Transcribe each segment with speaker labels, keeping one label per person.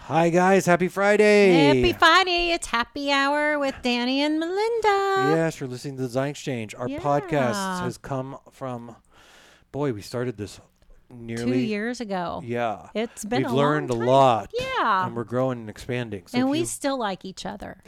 Speaker 1: Hi guys, happy Friday.
Speaker 2: Happy Friday. It's happy hour with Danny and Melinda.
Speaker 1: Yes, you're listening to the Design Exchange. Our podcast
Speaker 2: Yeah.
Speaker 1: has come from boy, we started this nearly
Speaker 2: Two years ago.
Speaker 1: Yeah.
Speaker 2: It's been
Speaker 1: We've
Speaker 2: a
Speaker 1: learned
Speaker 2: long
Speaker 1: a
Speaker 2: time.
Speaker 1: lot.
Speaker 2: Yeah.
Speaker 1: And we're growing and expanding. So
Speaker 2: and
Speaker 1: if,
Speaker 2: we
Speaker 1: you,
Speaker 2: still like each other.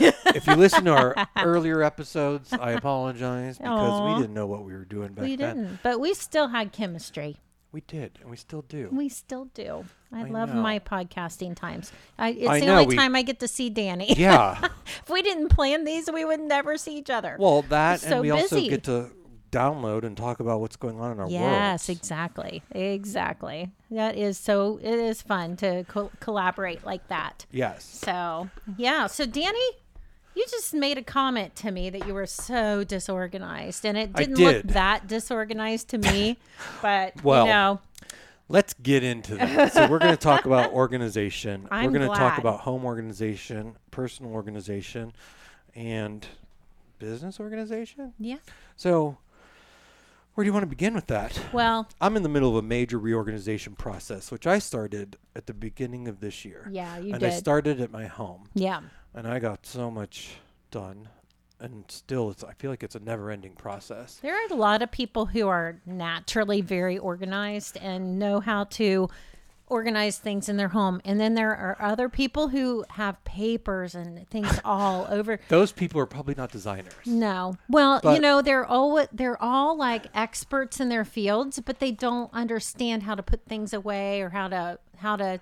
Speaker 1: if you listen to our earlier episodes, I apologize because
Speaker 2: Aw.
Speaker 1: we didn't know what we were doing back
Speaker 2: we
Speaker 1: then.
Speaker 2: didn't, but we still had chemistry.
Speaker 1: We did, and we still do.
Speaker 2: We still do.
Speaker 1: I
Speaker 2: I, love
Speaker 1: know.
Speaker 2: my podcasting times. I, it's
Speaker 1: I
Speaker 2: the
Speaker 1: know,
Speaker 2: only
Speaker 1: we-
Speaker 2: time I get to see Danny.
Speaker 1: yeah.
Speaker 2: if we didn't plan these, we would never see each other.
Speaker 1: Well, that
Speaker 2: so
Speaker 1: and we also
Speaker 2: busy.
Speaker 1: get to download and talk about what's going on in our world.
Speaker 2: yes, exactly. Exactly. That is so, it is fun to co- collaborate like that.
Speaker 1: Yes.
Speaker 2: So, yeah. So, Danny, you just made a comment to me that you were so disorganized, and it
Speaker 1: I
Speaker 2: didn't look
Speaker 1: did.
Speaker 2: that disorganized to me. but,
Speaker 1: Well,
Speaker 2: you know,
Speaker 1: Let's get into that. so we're going to talk about organization.
Speaker 2: I'm
Speaker 1: we're going to talk
Speaker 2: glad.
Speaker 1: about home organization, personal organization, and business organization.
Speaker 2: yeah.
Speaker 1: So where do you want to begin with that?
Speaker 2: Well,
Speaker 1: I'm in the middle of a major reorganization process, which I started at the beginning of this year.
Speaker 2: Yeah, you
Speaker 1: and I
Speaker 2: did.
Speaker 1: started at my home,
Speaker 2: yeah.
Speaker 1: and I got so much done, and still, it's I feel like it's a never-ending process.
Speaker 2: There are a lot of people who are naturally very organized and know how to organize things in their home. And then there are other people who have papers and things all over.
Speaker 1: Those people are probably not designers.
Speaker 2: No. Well, you
Speaker 1: But-
Speaker 2: know, they're all they're all like experts in their fields, but they don't understand how to put things away or how to how to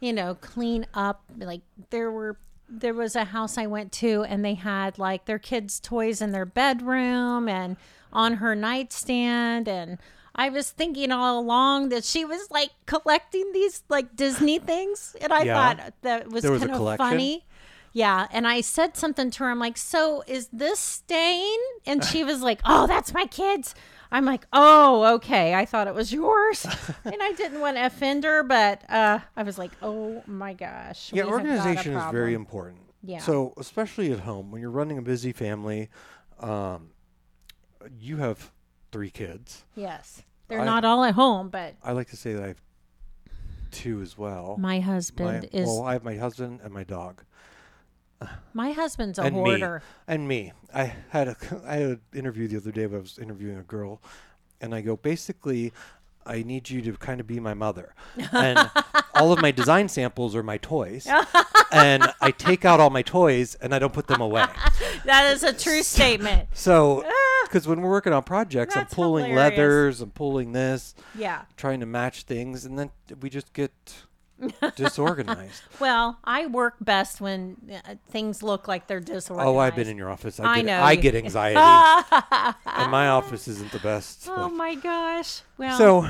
Speaker 2: you know, clean up. Like there were there was a house I went to and they had like their kids' toys in their bedroom and on her nightstand and I was thinking all along that she was like collecting these like Disney things and I
Speaker 1: Yeah.
Speaker 2: thought that was
Speaker 1: There was a
Speaker 2: kind of
Speaker 1: collection?
Speaker 2: funny. Yeah, and I said something to her. I'm like, "So is this stain?" And she was like, "Oh, that's my kids." I'm like, "Oh, okay. I thought it was yours," and I didn't want to offend her, but uh, I was like, "Oh my gosh."
Speaker 1: Yeah,
Speaker 2: we have got a
Speaker 1: organization is very
Speaker 2: problem."
Speaker 1: important.
Speaker 2: Yeah.
Speaker 1: So, especially at home, when you're running a busy family, um, you have three kids.
Speaker 2: Yes, they're
Speaker 1: I-
Speaker 2: not all at home, but
Speaker 1: I like to say that I have two as well.
Speaker 2: my
Speaker 1: My-
Speaker 2: husband is.
Speaker 1: well, I have my husband and my dog.
Speaker 2: my husband's a
Speaker 1: and
Speaker 2: hoarder.
Speaker 1: me and me i had a i had an interview the other day where i was interviewing a girl and i go basically i need you to kind of be my mother and all of my design samples are my toys and i take out all my toys and i don't put them away
Speaker 2: That is a true statement.
Speaker 1: so because when we're working on projects i'm
Speaker 2: Ah. That's
Speaker 1: pulling
Speaker 2: hilarious.
Speaker 1: leathers i'm pulling this
Speaker 2: Yeah.
Speaker 1: trying to match things and then we just get disorganized
Speaker 2: Well, I work best when uh, things look like they're disorganized.
Speaker 1: oh i've been in your office i,
Speaker 2: I
Speaker 1: get,
Speaker 2: know
Speaker 1: I
Speaker 2: you-
Speaker 1: get anxiety and my office isn't the best but-
Speaker 2: Oh my gosh. Well,
Speaker 1: So,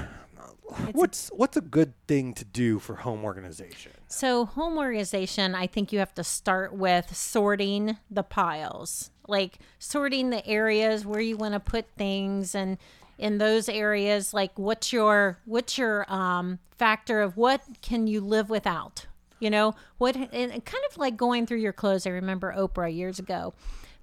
Speaker 1: what's what's a good thing to do for home organization?
Speaker 2: So, home organization, I think you have to start with sorting the piles, like sorting the areas where you want to put things and in those areas like what's your what's your um factor of what can you live without you know what and and kind of like going through your clothes i remember oprah years ago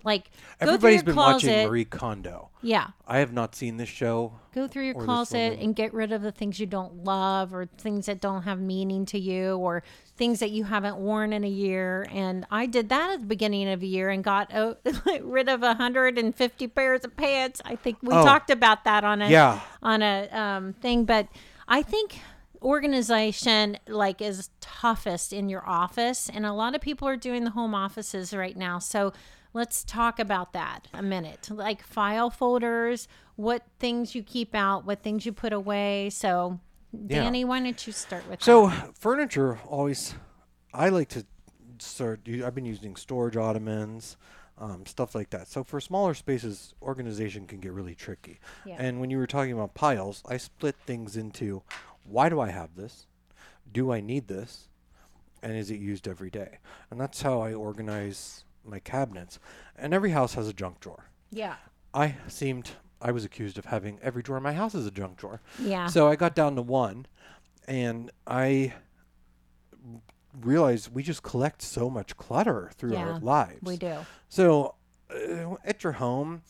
Speaker 2: like
Speaker 1: Everybody's
Speaker 2: go through your
Speaker 1: been
Speaker 2: closet
Speaker 1: watching Marie Kondo.
Speaker 2: yeah
Speaker 1: I have not seen this show.
Speaker 2: go through your
Speaker 1: this
Speaker 2: closet
Speaker 1: woman.
Speaker 2: and get rid of the things you don't love or things that don't have meaning to you or things that you haven't worn in a year and i did that at the beginning of the year and got uh, rid of 150 pairs of pants i think we
Speaker 1: Oh.
Speaker 2: talked about that on a
Speaker 1: Yeah.
Speaker 2: on a um, thing but i think organization like is toughest in your office and a lot of people are doing the home offices right now so let's talk about that a minute like file folders what things you keep out what things you put away so danny why don't you start with
Speaker 1: So, furniture always. I like to start. I've been using storage ottomans, um, stuff like that. So for smaller spaces, organization can get really tricky.
Speaker 2: Yeah.
Speaker 1: And when you were talking about piles, I split things into: why do I have this? Do I need this? and is it used every day? And that's how I organize my cabinets. And every house has a junk drawer.
Speaker 2: that? yeah
Speaker 1: I seemed I was accused of having every drawer in my house is a junk drawer.
Speaker 2: yeah
Speaker 1: So I got down to one and I realized we just collect so much clutter through
Speaker 2: Yeah,
Speaker 1: our lives.
Speaker 2: we do
Speaker 1: So uh, at your home,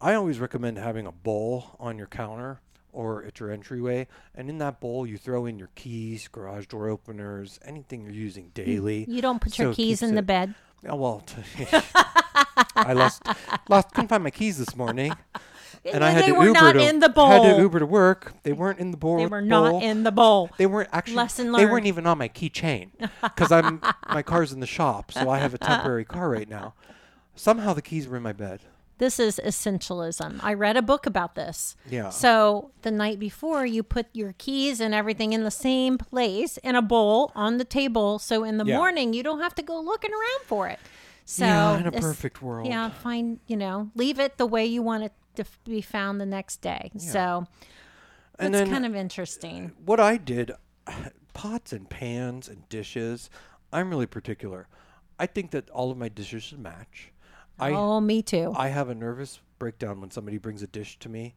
Speaker 1: I always recommend having a bowl on your counter or at your entryway. And in that bowl, you throw in your keys, garage door openers, anything you're using daily.
Speaker 2: You don't put
Speaker 1: So
Speaker 2: your
Speaker 1: it
Speaker 2: keys
Speaker 1: keeps
Speaker 2: in the
Speaker 1: it-
Speaker 2: bed.
Speaker 1: Oh, well, t- I lost, lost, couldn't find my keys this morning. And I had
Speaker 2: they
Speaker 1: to
Speaker 2: were
Speaker 1: Uber
Speaker 2: not
Speaker 1: to,
Speaker 2: in the
Speaker 1: Had
Speaker 2: bowl.
Speaker 1: to Uber to work. They weren't in the bowl.
Speaker 2: They were not
Speaker 1: bowl.
Speaker 2: in the bowl.
Speaker 1: They weren't actually.
Speaker 2: Lesson
Speaker 1: They
Speaker 2: learned.
Speaker 1: weren't even on my keychain because I'm my car's in the shop, so I have a temporary car right now. Somehow the keys were in my bed.
Speaker 2: This is essentialism. I read a book about this.
Speaker 1: Yeah.
Speaker 2: So the night before, you put your keys and everything in the same place in a bowl on the table. So in the
Speaker 1: Yeah.
Speaker 2: morning, you don't have to go looking around for it. So
Speaker 1: yeah, in a
Speaker 2: this-
Speaker 1: perfect world.
Speaker 2: Yeah, find, you know, leave it the way you want it to f- be found the next day. So
Speaker 1: And
Speaker 2: that's
Speaker 1: then-
Speaker 2: kind of interesting.
Speaker 1: What I did, pots and pans and dishes. I'm really particular. I think that all of my dishes should match. I
Speaker 2: oh, me too.
Speaker 1: I have a nervous breakdown when somebody brings a dish to me,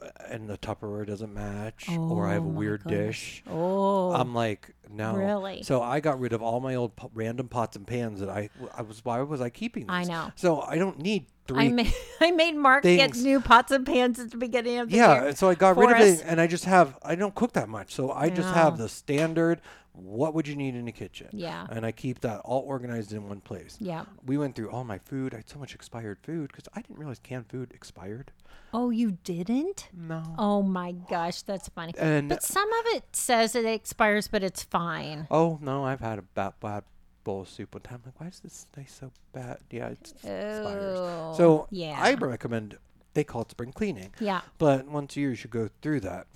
Speaker 1: uh, and the Tupperware doesn't match, or I have a weird dish.
Speaker 2: oh,
Speaker 1: I'm like, no.
Speaker 2: Really?
Speaker 1: So I got rid of all my old po- random pots and pans that I, I was. Why was I keeping? These?
Speaker 2: I know.
Speaker 1: So I don't need three.
Speaker 2: I made I made Mark get
Speaker 1: things.
Speaker 2: new pots and pans at the beginning of the year.
Speaker 1: yeah. So I got rid
Speaker 2: for
Speaker 1: of it,
Speaker 2: us.
Speaker 1: and I just have. I don't cook that much, so I just have
Speaker 2: No.
Speaker 1: the standard. What would you need in the kitchen?
Speaker 2: Yeah.
Speaker 1: And I keep that all organized in one place.
Speaker 2: Yeah.
Speaker 1: We went through all my food. I had so much expired food because I didn't realize canned food expired.
Speaker 2: Oh, you didn't?
Speaker 1: No.
Speaker 2: Oh my gosh, that's funny.
Speaker 1: And-
Speaker 2: but some of it says it expires, but it's fine.
Speaker 1: Oh no, I've had a bad, bad bowl of soup one time. Like, why is this taste so bad? Yeah, it's
Speaker 2: Oh,
Speaker 1: expires. So
Speaker 2: yeah.
Speaker 1: I recommend they call it spring cleaning.
Speaker 2: Yeah.
Speaker 1: But once a year, you should go through that.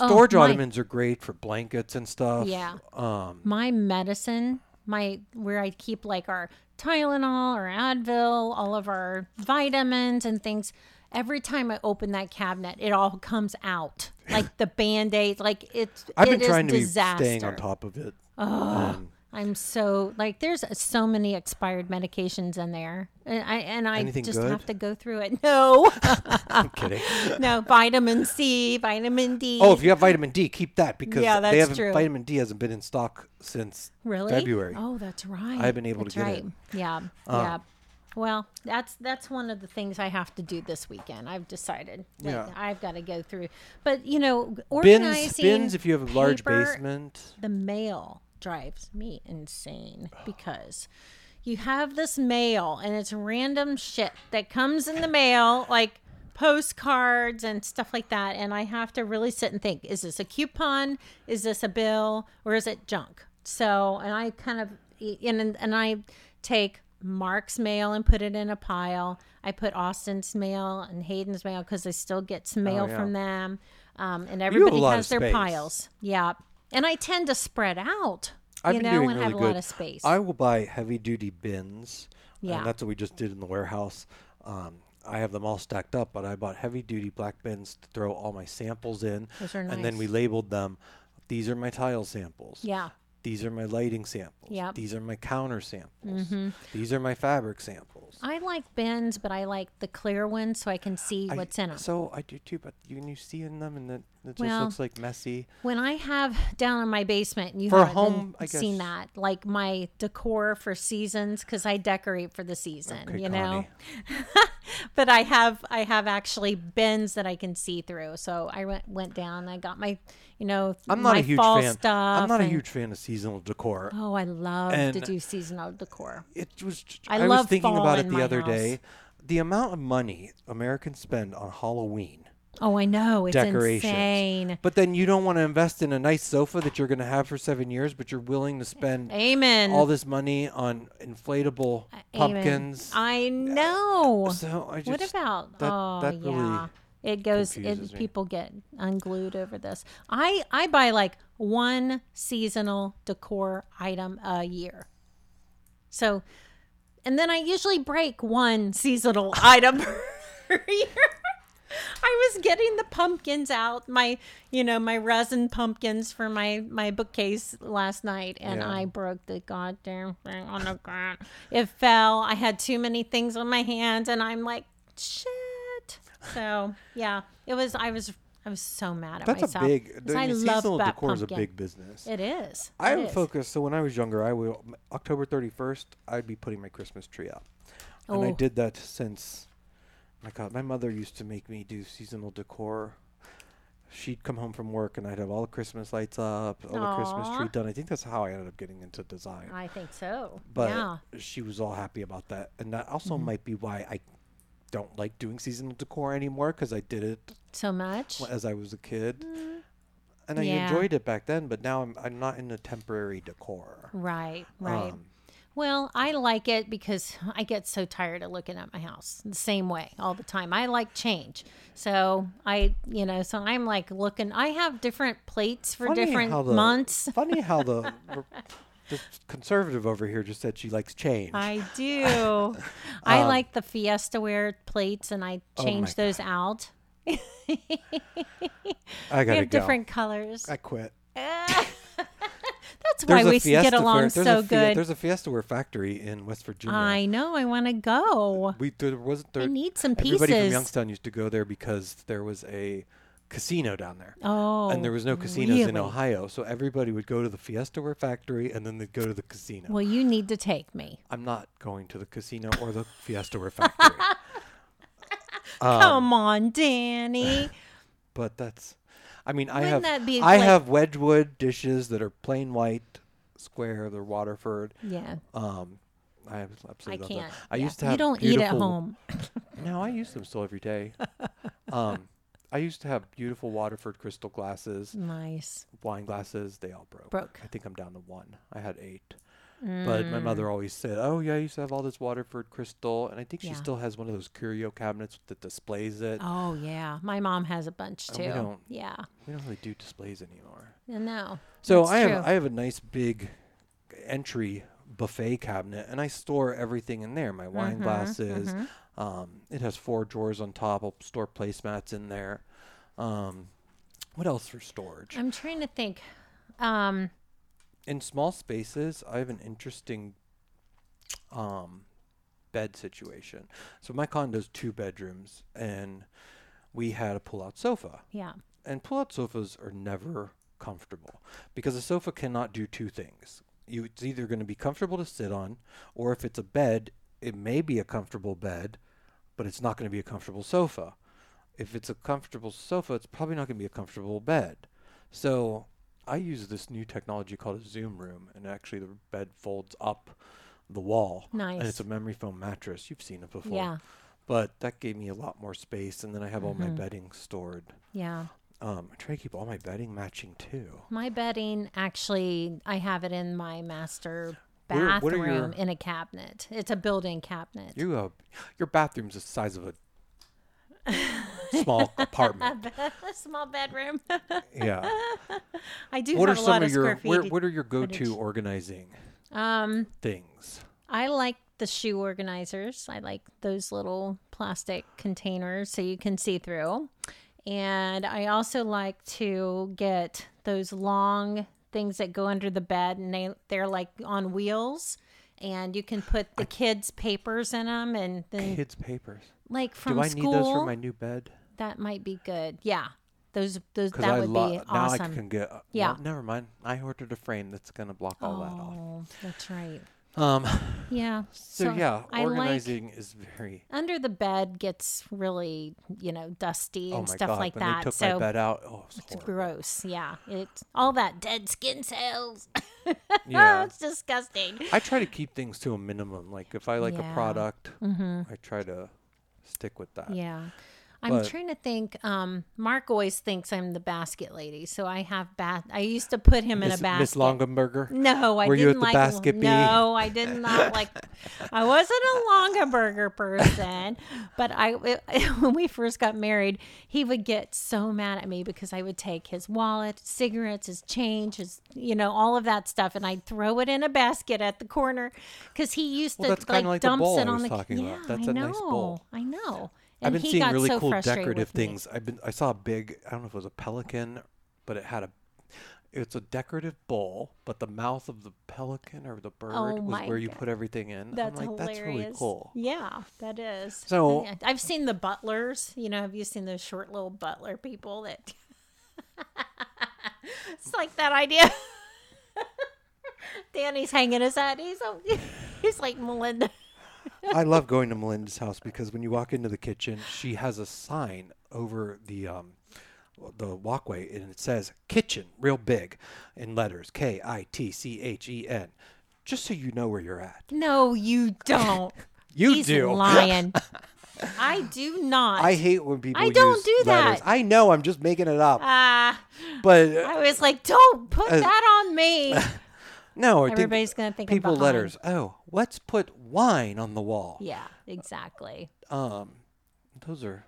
Speaker 2: Oh,
Speaker 1: Storage
Speaker 2: my-
Speaker 1: ottomans are great for blankets and stuff.
Speaker 2: Yeah.
Speaker 1: Um,
Speaker 2: My medicine, my where I keep like our Tylenol or Advil, all of our vitamins and things. Every time I open that cabinet, it all comes out like the band aid. Like it's
Speaker 1: I've
Speaker 2: it
Speaker 1: been
Speaker 2: is
Speaker 1: trying to
Speaker 2: disaster. Oh.
Speaker 1: be staying on top of it. Um,
Speaker 2: I'm so like there's so many expired medications in there, and I and I
Speaker 1: Anything
Speaker 2: just
Speaker 1: good?
Speaker 2: have to go through it. No,
Speaker 1: I'm kidding.
Speaker 2: no, vitamin C, vitamin D.
Speaker 1: Oh, if you have vitamin D, keep that because
Speaker 2: Yeah,
Speaker 1: they
Speaker 2: that's
Speaker 1: haven't,
Speaker 2: true.
Speaker 1: vitamin D hasn't been in stock since
Speaker 2: really?
Speaker 1: February.
Speaker 2: Oh, that's right.
Speaker 1: I've been able to
Speaker 2: That's
Speaker 1: get it. Uh,
Speaker 2: Yeah, yeah. Well, that's that's one of the things I have to do this weekend. I've decided. Like,
Speaker 1: Yeah.
Speaker 2: I've got to go through. But you know, organizing
Speaker 1: Bins, bins. If you have a large
Speaker 2: paper
Speaker 1: basement,
Speaker 2: the mail drives me insane because you have this mail and it's random shit that comes in the mail like postcards and stuff like that and i have to really sit and think is this a coupon is this a bill or is it junk so and i kind of and and i take mark's mail and put it in a pile i put austin's mail and hayden's mail because i still get some mail
Speaker 1: yeah.
Speaker 2: from them um, and
Speaker 1: have a
Speaker 2: everybody
Speaker 1: lot of
Speaker 2: has their
Speaker 1: space.
Speaker 2: piles yeah. And I tend to spread out,
Speaker 1: I've
Speaker 2: you
Speaker 1: been
Speaker 2: know,
Speaker 1: doing
Speaker 2: and
Speaker 1: really
Speaker 2: have a
Speaker 1: good.
Speaker 2: lot of space.
Speaker 1: I will buy heavy duty bins.
Speaker 2: Yeah.
Speaker 1: And that's what we just did in the warehouse. Um, I have them all stacked up, but I bought heavy duty black bins to throw all my samples in.
Speaker 2: Those are
Speaker 1: And then we
Speaker 2: nice.
Speaker 1: labeled them. These are my tile samples.
Speaker 2: yeah.
Speaker 1: These are my lighting samples.
Speaker 2: Yep. Mm-hmm.
Speaker 1: These are my counter samples. These are my fabric samples.
Speaker 2: I like bins, but I like the clear ones so I can see
Speaker 1: I-
Speaker 2: what's in them.
Speaker 1: So I do too, but you, you see in them and it, it just
Speaker 2: Well,
Speaker 1: looks like messy.
Speaker 2: when I have down in my basement, and you
Speaker 1: For
Speaker 2: haven't
Speaker 1: home,
Speaker 2: been-
Speaker 1: I
Speaker 2: seen that,
Speaker 1: guess.
Speaker 2: like my decor for seasons, because I decorate for the season,
Speaker 1: Okay,
Speaker 2: you know.
Speaker 1: Connie.
Speaker 2: But I have I have actually bins that I can see through. So I went went down. and I got my, you know,
Speaker 1: I'm not
Speaker 2: my
Speaker 1: a huge
Speaker 2: fall
Speaker 1: fan.
Speaker 2: stuff.
Speaker 1: I'm not a
Speaker 2: and-
Speaker 1: huge fan of seasonal decor.
Speaker 2: Oh, I love to
Speaker 1: And-
Speaker 2: do seasonal decor.
Speaker 1: it was
Speaker 2: I
Speaker 1: I,
Speaker 2: love
Speaker 1: was thinking
Speaker 2: fall
Speaker 1: about
Speaker 2: in
Speaker 1: it the
Speaker 2: my
Speaker 1: other
Speaker 2: house.
Speaker 1: day the amount of money americans spend on halloween
Speaker 2: Oh, I know. It's
Speaker 1: decorations
Speaker 2: insane.
Speaker 1: but then you don't want to invest in a nice sofa that you're going to have for seven years but you're willing to spend
Speaker 2: Amen.
Speaker 1: all this money on inflatable
Speaker 2: Amen.
Speaker 1: pumpkins
Speaker 2: I know.
Speaker 1: so i just
Speaker 2: what about?
Speaker 1: that-
Speaker 2: oh,
Speaker 1: that really
Speaker 2: yeah. It goes.
Speaker 1: confuses
Speaker 2: It,
Speaker 1: me.
Speaker 2: people get unglued over this. I I buy like one seasonal decor item a year. So, and then I usually break one seasonal item per year. I was getting the pumpkins out, my you know my resin pumpkins for my my bookcase last night, and
Speaker 1: Yeah.
Speaker 2: I broke the goddamn thing on the ground. It fell. I had too many things on my hands, and I'm like shit. So yeah, it was. I was. I was so mad at
Speaker 1: that's
Speaker 2: myself.
Speaker 1: a big
Speaker 2: 'cause
Speaker 1: I
Speaker 2: I
Speaker 1: mean,
Speaker 2: love
Speaker 1: seasonal
Speaker 2: that
Speaker 1: decor is a
Speaker 2: pumpkin.
Speaker 1: big business
Speaker 2: It is.
Speaker 1: I
Speaker 2: It
Speaker 1: would
Speaker 2: is.
Speaker 1: focus. So when I was younger, I will October thirty first. I'd be putting my Christmas tree up, and I
Speaker 2: Oh.
Speaker 1: did that since. My God, my mother used to make me do seasonal decor. she'd come home from work and I'd have all the Christmas lights up, all the Christmas
Speaker 2: Aw.
Speaker 1: tree done. I think that's how I ended up getting into design.
Speaker 2: I think so.
Speaker 1: But
Speaker 2: yeah. Mm-hmm.
Speaker 1: she was all happy about that. And that also might be why I don't like doing seasonal decor anymore because I did it
Speaker 2: So much.
Speaker 1: as I was a kid. And I
Speaker 2: Mm-hmm. Yeah.
Speaker 1: enjoyed it back then, but now I'm, I'm not in a temporary decor.
Speaker 2: Right, right.
Speaker 1: Um,
Speaker 2: well, I like it because I get so tired of looking at my house the same way all the time. I like change. So I, you know, so I'm like looking, I have different plates for different
Speaker 1: how the-
Speaker 2: months.
Speaker 1: Funny how the, the conservative over here just said she likes change.
Speaker 2: I do. I like the Fiesta ware plates and I
Speaker 1: Um, Oh my
Speaker 2: change those out.
Speaker 1: I
Speaker 2: We
Speaker 1: gotta
Speaker 2: have
Speaker 1: go.
Speaker 2: different colors.
Speaker 1: I quit.
Speaker 2: That's why
Speaker 1: a
Speaker 2: we s- get
Speaker 1: Fiesta
Speaker 2: along
Speaker 1: Ware- there's a
Speaker 2: so
Speaker 1: Fia-
Speaker 2: good.
Speaker 1: There's a Fiesta Ware factory in West Virginia.
Speaker 2: I know. I want to go.
Speaker 1: we there wasn't there.
Speaker 2: I need some
Speaker 1: everybody from
Speaker 2: pieces.
Speaker 1: Youngstown used to go there because there was a casino down there.
Speaker 2: Oh,
Speaker 1: and there was no casinos in
Speaker 2: really?
Speaker 1: Ohio, so everybody would go to the Fiesta Ware factory and then they'd go to the casino.
Speaker 2: Well, you need to take me.
Speaker 1: I'm not going to the casino or the Fiesta Ware factory, Um,
Speaker 2: Come on, Danny.
Speaker 1: but that's. I mean, I
Speaker 2: Wouldn't
Speaker 1: have
Speaker 2: that be
Speaker 1: I
Speaker 2: like-
Speaker 1: have Wedgwood dishes that are plain white, square. They're Waterford.
Speaker 2: yeah,
Speaker 1: Um, I have
Speaker 2: I
Speaker 1: absolutely love them.
Speaker 2: can't.
Speaker 1: I
Speaker 2: yeah.
Speaker 1: used to have
Speaker 2: You don't eat at
Speaker 1: beautiful-
Speaker 2: home.
Speaker 1: No, I use them still every day. um, I used to have beautiful Waterford crystal glasses,
Speaker 2: Nice.
Speaker 1: wine glasses. They all broke.
Speaker 2: Broke.
Speaker 1: I think I'm down to one. I had eight. But my
Speaker 2: Mm.
Speaker 1: mother always said, "Oh yeah, I used to have all this Waterford crystal," and I think she
Speaker 2: Yeah.
Speaker 1: still has one of those curio cabinets that displays it.
Speaker 2: Oh yeah, my mom has a bunch
Speaker 1: Uh, we
Speaker 2: too.
Speaker 1: don't-
Speaker 2: Yeah,
Speaker 1: We don't really do displays anymore.
Speaker 2: I know.
Speaker 1: So
Speaker 2: That's
Speaker 1: I
Speaker 2: true.
Speaker 1: have I have a nice big entry buffet cabinet, and I store everything in there. My
Speaker 2: Mm-hmm,
Speaker 1: wine glasses. Um, it has four drawers on top. I'll store placemats in there. Um, what else for storage?
Speaker 2: I'm trying to think. Um,
Speaker 1: In small spaces, I have an interesting um, bed situation. So my condo's two bedrooms, and we had a pull-out sofa.
Speaker 2: yeah.
Speaker 1: and pull-out sofas are never comfortable because a sofa cannot do two things. You, it's either going to be comfortable to sit on, or if it's a bed, it may be a comfortable bed, but it's not going to be a comfortable sofa. If it's a comfortable sofa, it's probably not going to be a comfortable bed. So I use this new technology called a Zoom Room, and actually the bed folds up the wall, and it's
Speaker 2: Nice.
Speaker 1: a memory foam mattress. You've seen it before,
Speaker 2: Yeah. Mm-hmm.
Speaker 1: But that gave me a lot more space, and then I have all my bedding stored.
Speaker 2: Yeah.
Speaker 1: Um, I try to keep all my bedding matching too.
Speaker 2: My bedding actually, I have it in my master
Speaker 1: What are-
Speaker 2: bathroom
Speaker 1: what are your-
Speaker 2: in a cabinet. It's a built-in cabinet.
Speaker 1: You have your bathroom's the size of a small apartment.
Speaker 2: a small bedroom.
Speaker 1: Yeah.
Speaker 2: I do
Speaker 1: What are
Speaker 2: have a lot
Speaker 1: some
Speaker 2: of
Speaker 1: of your
Speaker 2: square
Speaker 1: where,
Speaker 2: feet.
Speaker 1: what are your go-to organizing um, things?
Speaker 2: I like the shoe organizers. I like those little plastic containers so you can see through. And I also like to get those long things that go under the bed and they, they're like on wheels and you can put the kids' papers in them and then
Speaker 1: Kids' papers.
Speaker 2: like from
Speaker 1: Do I need
Speaker 2: school
Speaker 1: those for my new bed?
Speaker 2: that might be good. Yeah. Those those
Speaker 1: Because
Speaker 2: that
Speaker 1: I
Speaker 2: would
Speaker 1: love
Speaker 2: be
Speaker 1: now
Speaker 2: awesome.
Speaker 1: I can get. uh,
Speaker 2: Yeah.
Speaker 1: well, never mind. I ordered a frame that's gonna block all that
Speaker 2: oh, that's right.
Speaker 1: off. Um.
Speaker 2: Yeah.
Speaker 1: So, yeah,
Speaker 2: I like
Speaker 1: organizing is very.
Speaker 2: under the bed gets really you know dusty
Speaker 1: Oh
Speaker 2: and
Speaker 1: my
Speaker 2: stuff
Speaker 1: god!
Speaker 2: like
Speaker 1: when they
Speaker 2: that
Speaker 1: took my
Speaker 2: so
Speaker 1: bed out, oh, it was
Speaker 2: it's
Speaker 1: horrible.
Speaker 2: gross yeah it's all that dead skin cells Oh,
Speaker 1: Yeah.
Speaker 2: it's disgusting
Speaker 1: I try to keep things to a minimum. Like if I like a
Speaker 2: Yeah. Mm-hmm.
Speaker 1: product, I try to stick with that.
Speaker 2: yeah i'm
Speaker 1: But-
Speaker 2: trying to think um mark always thinks i'm the basket lady so i have bath i used to put him
Speaker 1: Miss,
Speaker 2: in a basket
Speaker 1: Miss Longenberger.
Speaker 2: no, I
Speaker 1: Were you
Speaker 2: didn't
Speaker 1: at the
Speaker 2: like.
Speaker 1: basket bee?
Speaker 2: no, I did not like. I wasn't a Longaberger person, but I when we first got married, he would get so mad at me because I would take his wallet, cigarettes, his change, his you know all of that stuff, and I'd throw it in a basket at the corner because he used
Speaker 1: Well,
Speaker 2: to
Speaker 1: that's kinda like the
Speaker 2: dumps
Speaker 1: bowl
Speaker 2: it
Speaker 1: I
Speaker 2: on
Speaker 1: was
Speaker 2: the
Speaker 1: talking
Speaker 2: yeah.
Speaker 1: about. That's
Speaker 2: I
Speaker 1: a
Speaker 2: know,
Speaker 1: nice bowl.
Speaker 2: I know.
Speaker 1: I've
Speaker 2: And
Speaker 1: been
Speaker 2: he
Speaker 1: seeing
Speaker 2: got
Speaker 1: really
Speaker 2: so
Speaker 1: cool
Speaker 2: frustrated
Speaker 1: decorative
Speaker 2: with me.
Speaker 1: things. I've been I saw a big I don't know if it was a pelican, but it had a it's a decorative bowl, but the mouth of the pelican or the bird was
Speaker 2: Oh my
Speaker 1: where you
Speaker 2: God.
Speaker 1: put everything in.
Speaker 2: That's
Speaker 1: I'm like,
Speaker 2: hilarious.
Speaker 1: that's really cool.
Speaker 2: Yeah, that is.
Speaker 1: So-
Speaker 2: Yeah. I've seen the butlers. You know, have you seen those short little butler people that? it's like that idea. Danny's hanging his head. He's a, he's like Melinda.
Speaker 1: I love going to Melinda's house because when you walk into the kitchen, she has a sign over the um, the walkway and it says kitchen real big in letters K I T C H E N, just so you know where you're at.
Speaker 2: No, you don't.
Speaker 1: You
Speaker 2: He's
Speaker 1: do.
Speaker 2: lying. I do not.
Speaker 1: I hate when people.
Speaker 2: I don't
Speaker 1: use
Speaker 2: do
Speaker 1: letters.
Speaker 2: that.
Speaker 1: I know. I'm just making it up.
Speaker 2: Ah,
Speaker 1: but uh,
Speaker 2: I was like, don't put that on me.
Speaker 1: no, I think
Speaker 2: Everybody's gonna think I'm
Speaker 1: people
Speaker 2: behind.
Speaker 1: letters. Oh, let's put wine on the wall.
Speaker 2: Yeah, exactly.
Speaker 1: Um, those are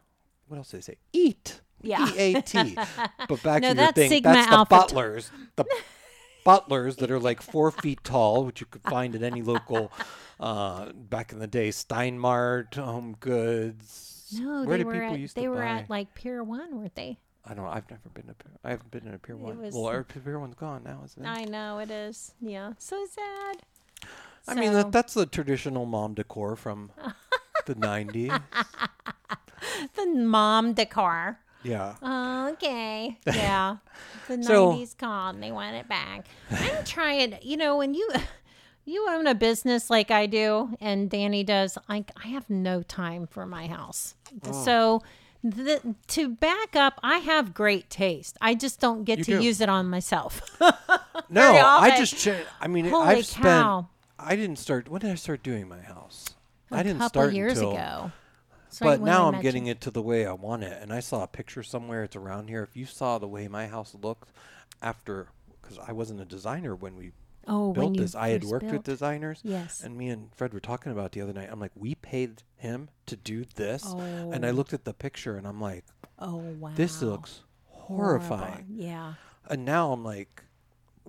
Speaker 1: what else did they say? Eat.
Speaker 2: Yeah.
Speaker 1: E A T. But back to
Speaker 2: No,
Speaker 1: your
Speaker 2: that's
Speaker 1: thing.
Speaker 2: Sigma
Speaker 1: that's the
Speaker 2: Alpha Tau-
Speaker 1: butlers. The butlers that are like four feet tall, which you could find at any local. Uh, back in the day, Steinmart, Home Goods.
Speaker 2: No,
Speaker 1: Where
Speaker 2: they
Speaker 1: did
Speaker 2: were
Speaker 1: people
Speaker 2: at
Speaker 1: used
Speaker 2: they
Speaker 1: to
Speaker 2: were
Speaker 1: buy?
Speaker 2: at like Pier One, weren't they?
Speaker 1: I don't know. I've never been to. Pier- I haven't been to a Pier One.
Speaker 2: was-
Speaker 1: well, our Pier One's gone now, isn't it?
Speaker 2: I know it is. Yeah, so sad.
Speaker 1: I mean,
Speaker 2: So-
Speaker 1: that, that's the traditional mom decor from the '90s.
Speaker 2: the mom decor.
Speaker 1: Yeah.
Speaker 2: Okay. Yeah. The
Speaker 1: So-
Speaker 2: 90s gone. They want it back. I'm trying, you know, when you you own a business like I do and Danny does, I I have no time for my house.
Speaker 1: Oh.
Speaker 2: So the, to back up, I have great taste. I just don't get
Speaker 1: You
Speaker 2: to
Speaker 1: do.
Speaker 2: use it on myself.
Speaker 1: No,
Speaker 2: very
Speaker 1: I
Speaker 2: often.
Speaker 1: just. Cha- I mean,
Speaker 2: Holy
Speaker 1: I've spent.
Speaker 2: cow.
Speaker 1: I didn't start. When did I start doing my house? I
Speaker 2: A
Speaker 1: didn't
Speaker 2: couple
Speaker 1: start
Speaker 2: years
Speaker 1: until,
Speaker 2: ago. It's right
Speaker 1: But
Speaker 2: when
Speaker 1: now
Speaker 2: I
Speaker 1: I'm
Speaker 2: met
Speaker 1: getting
Speaker 2: you.
Speaker 1: it to the way I want it. And I saw a picture somewhere. It's around here. If you saw the way my house looked after, because I wasn't a designer when we
Speaker 2: Oh, when
Speaker 1: built
Speaker 2: you
Speaker 1: this. I had
Speaker 2: first
Speaker 1: worked with
Speaker 2: built.
Speaker 1: designers.
Speaker 2: Yes.
Speaker 1: And me and Fred were talking about it the other night. I'm like, we paid him to do this. And I
Speaker 2: Oh.
Speaker 1: looked at the picture and I'm like,
Speaker 2: Oh, wow.
Speaker 1: this looks
Speaker 2: Horrible.
Speaker 1: horrifying.
Speaker 2: Yeah.
Speaker 1: And now I'm like,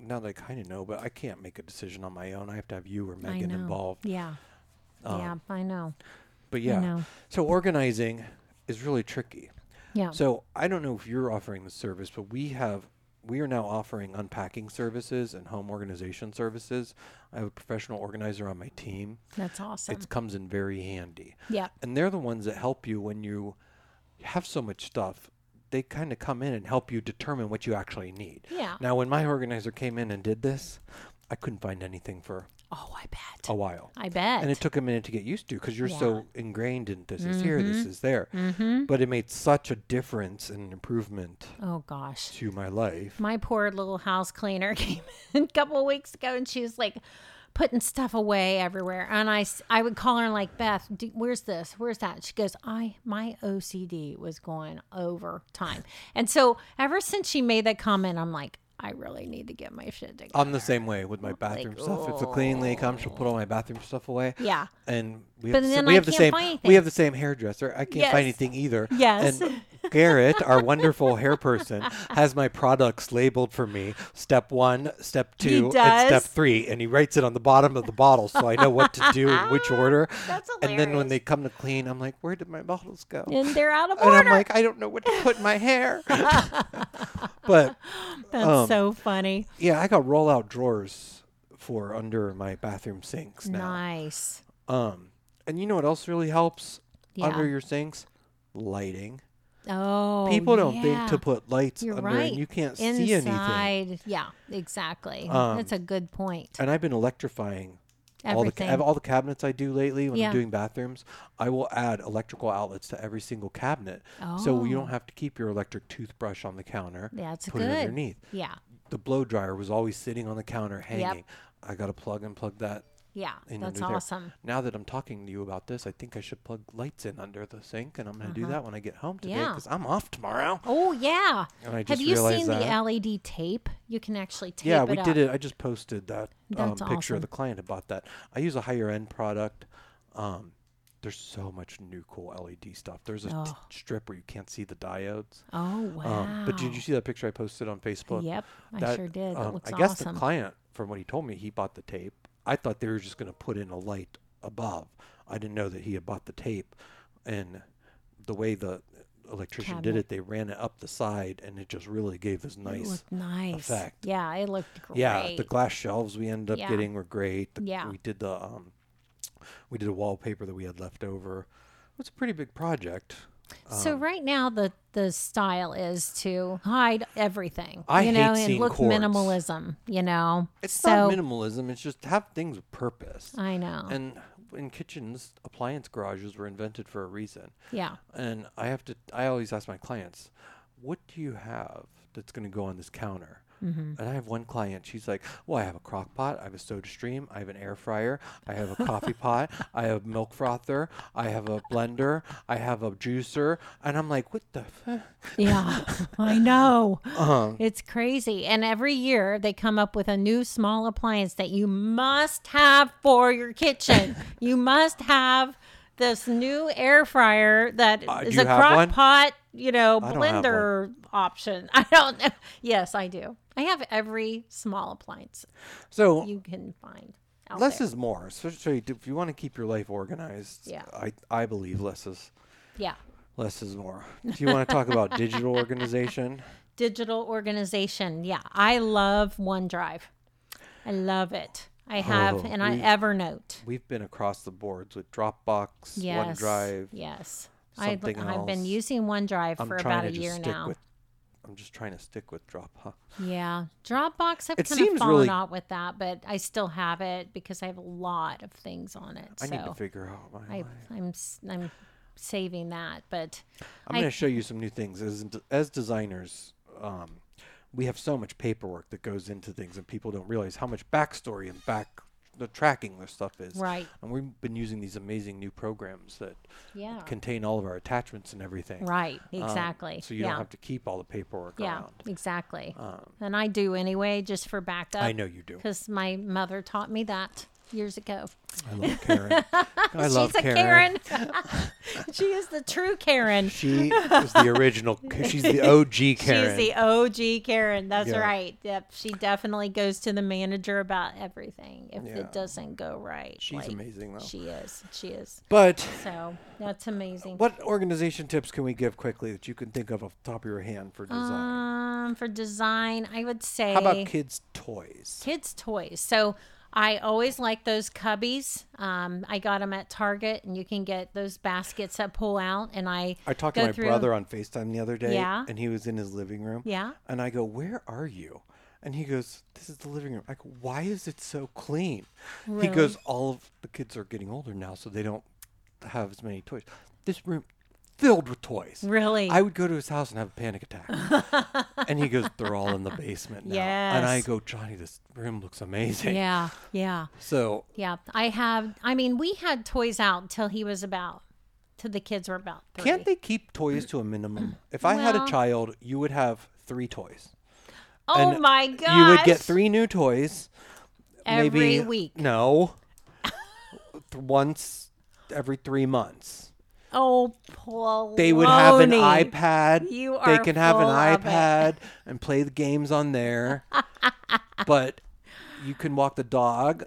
Speaker 1: now that I kind of know, but I can't make a decision on my own. I have to have you or
Speaker 2: I
Speaker 1: Megan
Speaker 2: know.
Speaker 1: involved. Um,
Speaker 2: Yeah. yeah, I know.
Speaker 1: But yeah,
Speaker 2: know.
Speaker 1: so organizing is really tricky.
Speaker 2: Yeah.
Speaker 1: So I don't know if you're offering the service, but we have we are now offering unpacking services and home organization services. I have a professional organizer on my team.
Speaker 2: That's awesome.
Speaker 1: It comes in very handy.
Speaker 2: Yeah.
Speaker 1: And they're the ones that help you when you have so much stuff. They kind of come in and help you determine what you actually need.
Speaker 2: Yeah.
Speaker 1: Now, when my organizer came in and did this, I couldn't find anything for
Speaker 2: Oh, I bet.
Speaker 1: a while.
Speaker 2: I bet.
Speaker 1: And it took a minute to get used to because you're
Speaker 2: Yeah. Mm-hmm.
Speaker 1: so ingrained in this is here, this is there. But it made such a difference and an improvement
Speaker 2: oh gosh.
Speaker 1: to my life.
Speaker 2: My poor little house cleaner came in a couple of weeks ago and she was like putting stuff away everywhere. And I, s- I would call her and like, Beth, do, where's this? Where's that? She goes, I, my OCD was going over time. And so ever since she made that comment, I'm like, I really need to get my shit together.
Speaker 1: I'm the same way with my bathroom stuff. If the cleaning lady comes, she'll put all my bathroom stuff away.
Speaker 2: Yeah.
Speaker 1: And we have,
Speaker 2: But
Speaker 1: the, sa-
Speaker 2: then
Speaker 1: we
Speaker 2: I
Speaker 1: have the
Speaker 2: can't
Speaker 1: same
Speaker 2: find
Speaker 1: we
Speaker 2: anything.
Speaker 1: have the same hairdresser. I can't find
Speaker 2: Yes.
Speaker 1: anything either.
Speaker 2: Yes.
Speaker 1: And Garrett, our wonderful hair person, has my products labeled for me. Step one, step
Speaker 2: He
Speaker 1: two, and step
Speaker 2: does?
Speaker 1: three. And he writes it on the bottom of the bottle so I know what to do in which order.
Speaker 2: That's
Speaker 1: And then when
Speaker 2: hilarious.
Speaker 1: they come to clean, I'm like, where did my bottles go?
Speaker 2: And they're out of
Speaker 1: and I'm
Speaker 2: order.
Speaker 1: like, I don't know what to put in my hair. but
Speaker 2: That's
Speaker 1: um,
Speaker 2: so funny.
Speaker 1: yeah, I got rollout drawers for under my bathroom sinks now.
Speaker 2: Nice.
Speaker 1: Um, and you know what else really helps
Speaker 2: Yeah.
Speaker 1: under your sinks? Lighting.
Speaker 2: Oh,
Speaker 1: People don't
Speaker 2: yeah.
Speaker 1: think to put lights
Speaker 2: You're
Speaker 1: under,
Speaker 2: right.
Speaker 1: and you can't see anything. Um,
Speaker 2: Inside, Yeah, exactly. That's a good point.
Speaker 1: And I've been electrifying all the ca-
Speaker 2: Everything.
Speaker 1: all the cabinets I do lately when
Speaker 2: Yeah.
Speaker 1: I'm doing bathrooms. I will add electrical outlets to every single cabinet, so you don't have to keep your electric toothbrush on the counter.
Speaker 2: Oh. That's
Speaker 1: put
Speaker 2: good.
Speaker 1: it underneath.
Speaker 2: Yeah,
Speaker 1: The blow dryer was always sitting on the counter hanging. I got to plug and plug that.
Speaker 2: yeah,
Speaker 1: In
Speaker 2: that's
Speaker 1: under there.
Speaker 2: awesome.
Speaker 1: Now that I'm talking to you about this, I think I should plug lights in under the sink, and I'm going to do that when I get home today
Speaker 2: Uh-huh. Yeah.
Speaker 1: because I'm off tomorrow.
Speaker 2: Oh yeah.
Speaker 1: And I
Speaker 2: Have
Speaker 1: just
Speaker 2: you
Speaker 1: realized
Speaker 2: seen
Speaker 1: that.
Speaker 2: the LED tape? You can actually tape
Speaker 1: yeah,
Speaker 2: it
Speaker 1: we
Speaker 2: up.
Speaker 1: did it. I just posted that um,
Speaker 2: That's
Speaker 1: picture
Speaker 2: awesome.
Speaker 1: of the client that bought that. I use a higher end product. Um, there's so much new cool LED stuff. There's a t-
Speaker 2: Oh.
Speaker 1: strip where you can't see the diodes.
Speaker 2: Oh wow.
Speaker 1: Um, but did you see that picture I posted on Facebook?
Speaker 2: Yep, I
Speaker 1: That,
Speaker 2: sure did. That
Speaker 1: um,
Speaker 2: looks
Speaker 1: I guess
Speaker 2: awesome.
Speaker 1: the client, from what he told me, he bought the tape. I thought they were just going to put in a light above. I didn't know that he had bought the tape, and the way the electrician did
Speaker 2: Cabinet.
Speaker 1: it, they ran it up the side, and it just really gave this
Speaker 2: It
Speaker 1: nice.
Speaker 2: looked nice.
Speaker 1: effect.
Speaker 2: Yeah, it looked great.
Speaker 1: Yeah, the glass shelves we ended up
Speaker 2: Yeah.
Speaker 1: getting were great. The-
Speaker 2: Yeah.
Speaker 1: we did the um, we did a wallpaper that we had left over. It was a pretty big project.
Speaker 2: so
Speaker 1: Um,
Speaker 2: right now the the style is to hide everything.
Speaker 1: I
Speaker 2: you know,
Speaker 1: hate
Speaker 2: and
Speaker 1: seeing
Speaker 2: look
Speaker 1: cords.
Speaker 2: minimalism. You know,
Speaker 1: It's
Speaker 2: so
Speaker 1: not minimalism. It's just have things with purpose.
Speaker 2: I know.
Speaker 1: And in kitchens, appliance garages were invented for a reason.
Speaker 2: yeah.
Speaker 1: And I have to, I always ask my clients, what do you have that's going to go on this counter?
Speaker 2: Mm-hmm.
Speaker 1: And I have one client. She's like, "Well, I have a crock pot. I have a soda stream. I have an air fryer. I have a coffee pot. I have a milk frother. I have a blender. I have a juicer." And I'm like, "What the?" F-?
Speaker 2: Yeah, I know.
Speaker 1: Um,
Speaker 2: It's crazy. And every year they come up with a new small appliance that you must have for your kitchen. you must have this new air fryer that is
Speaker 1: Uh, do
Speaker 2: a
Speaker 1: you have
Speaker 2: crock
Speaker 1: one?
Speaker 2: pot, you know,
Speaker 1: I don't have
Speaker 2: blender option. I don't know. Yes, I do. I have every small appliance
Speaker 1: so
Speaker 2: you can find out
Speaker 1: less
Speaker 2: there.
Speaker 1: is more, especially if you want to keep your life organized.
Speaker 2: Yeah.
Speaker 1: I I believe less is
Speaker 2: Yeah.
Speaker 1: less is more. Do you want to talk about digital organization?
Speaker 2: digital organization. Yeah, I love OneDrive. I love it. I have,
Speaker 1: Oh,
Speaker 2: and I
Speaker 1: we-
Speaker 2: Evernote.
Speaker 1: We've been across the boards with Dropbox,
Speaker 2: Yes,
Speaker 1: OneDrive.
Speaker 2: Yes, I,
Speaker 1: something
Speaker 2: I've been
Speaker 1: else.
Speaker 2: using OneDrive
Speaker 1: I'm
Speaker 2: for
Speaker 1: trying
Speaker 2: about a
Speaker 1: to just
Speaker 2: year
Speaker 1: stick
Speaker 2: now.
Speaker 1: with. I'm just trying to stick with Dropbox.
Speaker 2: yeah, Dropbox. I've
Speaker 1: It
Speaker 2: kind of
Speaker 1: seems
Speaker 2: fallen
Speaker 1: really-
Speaker 2: out with that, but I still have it because I have a lot of things on it.
Speaker 1: I need to
Speaker 2: So
Speaker 1: figure out my.
Speaker 2: I,
Speaker 1: life.
Speaker 2: I'm s- I'm saving that, but
Speaker 1: I'm
Speaker 2: I-
Speaker 1: going to show you some new things as as designers. Um, we have so much paperwork that goes into things, and people don't realize how much backstory and back the tracking their stuff is.
Speaker 2: Right.
Speaker 1: And we've been using these amazing new programs that
Speaker 2: yeah,
Speaker 1: contain all of our attachments and everything.
Speaker 2: right,
Speaker 1: Um,
Speaker 2: exactly.
Speaker 1: so you
Speaker 2: yeah.
Speaker 1: don't have to keep all the paperwork
Speaker 2: yeah,
Speaker 1: around.
Speaker 2: exactly.
Speaker 1: Um,
Speaker 2: and I do anyway, just for backup.
Speaker 1: I know you do.
Speaker 2: because my mother taught me that years ago.
Speaker 1: I love Karen. I love
Speaker 2: She's a Karen. she is the true Karen.
Speaker 1: She is the original. She's the OG Karen.
Speaker 2: She's the OG Karen. That's
Speaker 1: Yeah.
Speaker 2: right. Yep. She definitely goes to the manager about everything if
Speaker 1: Yeah.
Speaker 2: it doesn't go right.
Speaker 1: She's
Speaker 2: Like,
Speaker 1: amazing though.
Speaker 2: She is. She is.
Speaker 1: but
Speaker 2: So that's amazing.
Speaker 1: what organization tips can we give quickly that you can think of off the top of your hand for design?
Speaker 2: Um, for design, I would say
Speaker 1: How about kids' toys?
Speaker 2: kids toys so i always like those cubbies um, i got them at target and you can get those baskets that pull out and i
Speaker 1: I talked
Speaker 2: go
Speaker 1: to my
Speaker 2: through-
Speaker 1: brother on FaceTime the other day,
Speaker 2: Yeah.
Speaker 1: and he was in his living room.
Speaker 2: Yeah.
Speaker 1: And I go, Where are you? And he goes, This is the living room. I go, Why is it so clean? He
Speaker 2: Really?
Speaker 1: goes, All of the kids are getting older now, so they don't have as many toys. This room filled with toys.
Speaker 2: really
Speaker 1: I would go to his house and have a panic attack. and he goes, They're all in the basement now. And I
Speaker 2: Yes.
Speaker 1: go, Johnny, this room looks amazing.
Speaker 2: yeah yeah
Speaker 1: So
Speaker 2: yeah i have i mean we had toys out till he was about till the kids were about 3
Speaker 1: can't they keep toys to a minimum? If I had a
Speaker 2: Well-
Speaker 1: child, you would have three toys.
Speaker 2: oh
Speaker 1: and
Speaker 2: my god
Speaker 1: You would get three new toys
Speaker 2: every
Speaker 1: maybe-
Speaker 2: week
Speaker 1: No. Th- Once every three months.
Speaker 2: oh Paul.
Speaker 1: They would have an iPad.
Speaker 2: You
Speaker 1: they
Speaker 2: are
Speaker 1: can have an
Speaker 2: full of it.
Speaker 1: iPad and play the games on there. but you can walk the dog.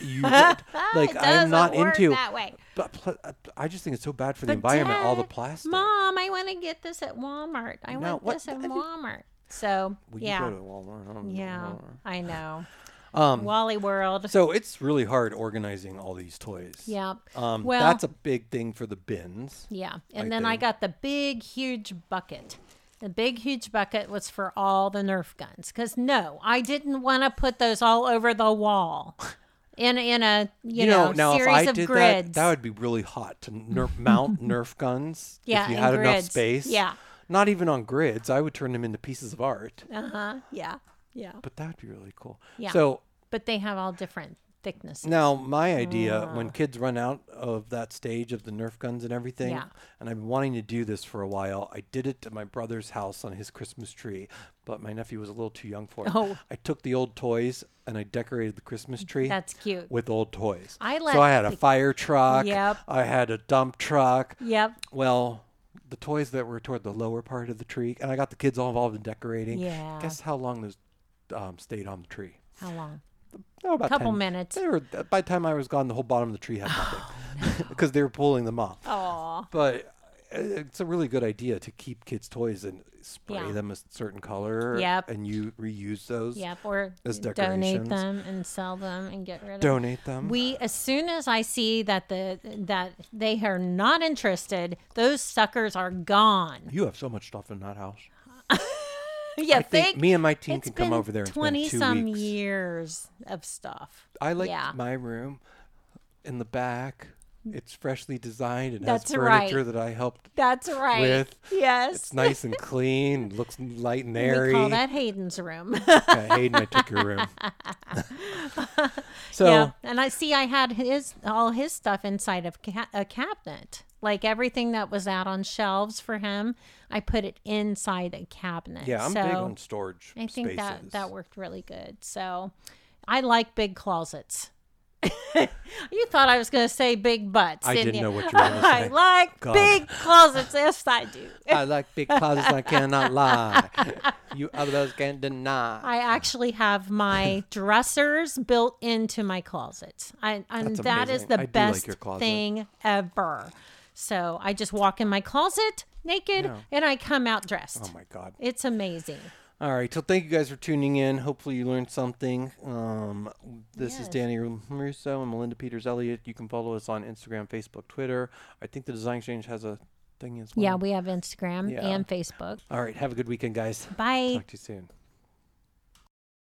Speaker 1: You get- like I'm not into
Speaker 2: that way
Speaker 1: but pl- uh, I just think it's so bad for the
Speaker 2: But
Speaker 1: environment all the
Speaker 2: Dad,
Speaker 1: plastic.
Speaker 2: Mom, I want to get this at Walmart. I
Speaker 1: No,
Speaker 2: want
Speaker 1: what-
Speaker 2: this at
Speaker 1: I think-
Speaker 2: Walmart. So
Speaker 1: Well, you
Speaker 2: yeah,
Speaker 1: go to Walmart. I don't know
Speaker 2: yeah,
Speaker 1: Walmart.
Speaker 2: I know.
Speaker 1: Um,
Speaker 2: Wally World.
Speaker 1: So it's really hard organizing all these toys.
Speaker 2: yeah.
Speaker 1: Um,
Speaker 2: Well-
Speaker 1: that's a big thing for the bins.
Speaker 2: Yeah. And
Speaker 1: I
Speaker 2: then I
Speaker 1: think.
Speaker 2: got the big, huge bucket. The big, huge bucket was for all the Nerf guns. Because no, I didn't want to put those all over the wall in in a you, know,
Speaker 1: now if
Speaker 2: series
Speaker 1: I
Speaker 2: of
Speaker 1: did
Speaker 2: grids.
Speaker 1: that, that would be really hot to nerf, mount Nerf guns.
Speaker 2: Yeah,
Speaker 1: if you
Speaker 2: and
Speaker 1: had enough
Speaker 2: grids.
Speaker 1: space.
Speaker 2: Yeah.
Speaker 1: Not even on grids. I would turn them into pieces of art.
Speaker 2: uh-huh. Yeah. Yeah.
Speaker 1: But that'd be really cool.
Speaker 2: Yeah.
Speaker 1: So
Speaker 2: But they have all different thicknesses.
Speaker 1: now my idea,
Speaker 2: Ah.
Speaker 1: when kids run out of that stage of the Nerf guns and everything,
Speaker 2: Yeah.
Speaker 1: and I've been wanting to do this for a while. I did it at my brother's house on his Christmas tree, but my nephew was a little too young for it.
Speaker 2: Oh.
Speaker 1: I took the old toys and I decorated the Christmas tree.
Speaker 2: That's cute.
Speaker 1: with old toys.
Speaker 2: I let
Speaker 1: so I had a
Speaker 2: the-
Speaker 1: fire truck.
Speaker 2: Yep.
Speaker 1: I had a dump truck.
Speaker 2: Yep.
Speaker 1: Well, the toys that were toward the lower part of the tree, and I got the kids all involved in decorating.
Speaker 2: Yeah.
Speaker 1: Guess how long those um, stayed on the tree?
Speaker 2: How long?
Speaker 1: Oh, about
Speaker 2: Couple
Speaker 1: 10.
Speaker 2: minutes.
Speaker 1: They were by the time I was gone, the whole bottom of the tree had
Speaker 2: Oh,
Speaker 1: nothing because they were pulling them off.
Speaker 2: Aw.
Speaker 1: But uh, it's a really good idea to keep kids' toys and spray
Speaker 2: Yeah.
Speaker 1: them a certain color.
Speaker 2: Yep.
Speaker 1: And you reuse those.
Speaker 2: Yep. Or
Speaker 1: As
Speaker 2: donate
Speaker 1: decorations.
Speaker 2: them and sell them and get rid of them.
Speaker 1: Donate them.
Speaker 2: We as soon as I see that the that they are not interested, those suckers are gone.
Speaker 1: you have so much stuff in that house.
Speaker 2: yeah,
Speaker 1: I think me and my team
Speaker 2: it's
Speaker 1: can come
Speaker 2: been
Speaker 1: over there and spend
Speaker 2: twenty
Speaker 1: two
Speaker 2: some
Speaker 1: weeks.
Speaker 2: years of stuff.
Speaker 1: I like
Speaker 2: Yeah. Mm.
Speaker 1: my room in the back It's freshly designed and
Speaker 2: That's
Speaker 1: has
Speaker 2: right.
Speaker 1: furniture that I helped.
Speaker 2: That's right.
Speaker 1: With-
Speaker 2: yes.
Speaker 1: It's nice and clean. Looks light and airy.
Speaker 2: We call that Hayden's room.
Speaker 1: yeah, Hayden, I took your room. so
Speaker 2: yeah. And I see I had his all his stuff inside of ca- a cabinet. Like everything that was out on shelves for him, I put it inside a cabinet.
Speaker 1: yeah, I'm
Speaker 2: so
Speaker 1: big on storage.
Speaker 2: I think
Speaker 1: spaces.
Speaker 2: that that worked really good. So I like big closets. you thought I was going to say big butts.
Speaker 1: I
Speaker 2: didn't
Speaker 1: didn't
Speaker 2: you?
Speaker 1: know what you were gonna
Speaker 2: I
Speaker 1: say.
Speaker 2: like
Speaker 1: God.
Speaker 2: big closets. Yes, I do.
Speaker 1: I like big closets. I cannot lie. You others can deny.
Speaker 2: I actually have my dressers built into my closets. I, and
Speaker 1: That's
Speaker 2: that is
Speaker 1: amazing.
Speaker 2: the
Speaker 1: I do like
Speaker 2: best
Speaker 1: your closet.
Speaker 2: thing ever. So I just walk in my closet naked and I come out dressed.
Speaker 1: oh my god.
Speaker 2: It's amazing.
Speaker 1: All right. So thank you guys for tuning in. Hopefully you learned something. Um, this is
Speaker 2: Yes.
Speaker 1: Danny Russo and Melinda Peters Elliott. You can follow us on Instagram, Facebook, Twitter. I think the Design Exchange has a thing as well.
Speaker 2: Yeah, we have Instagram
Speaker 1: Yeah.
Speaker 2: and Facebook.
Speaker 1: All right. Have a good weekend, guys.
Speaker 2: Bye.
Speaker 1: Talk to you soon.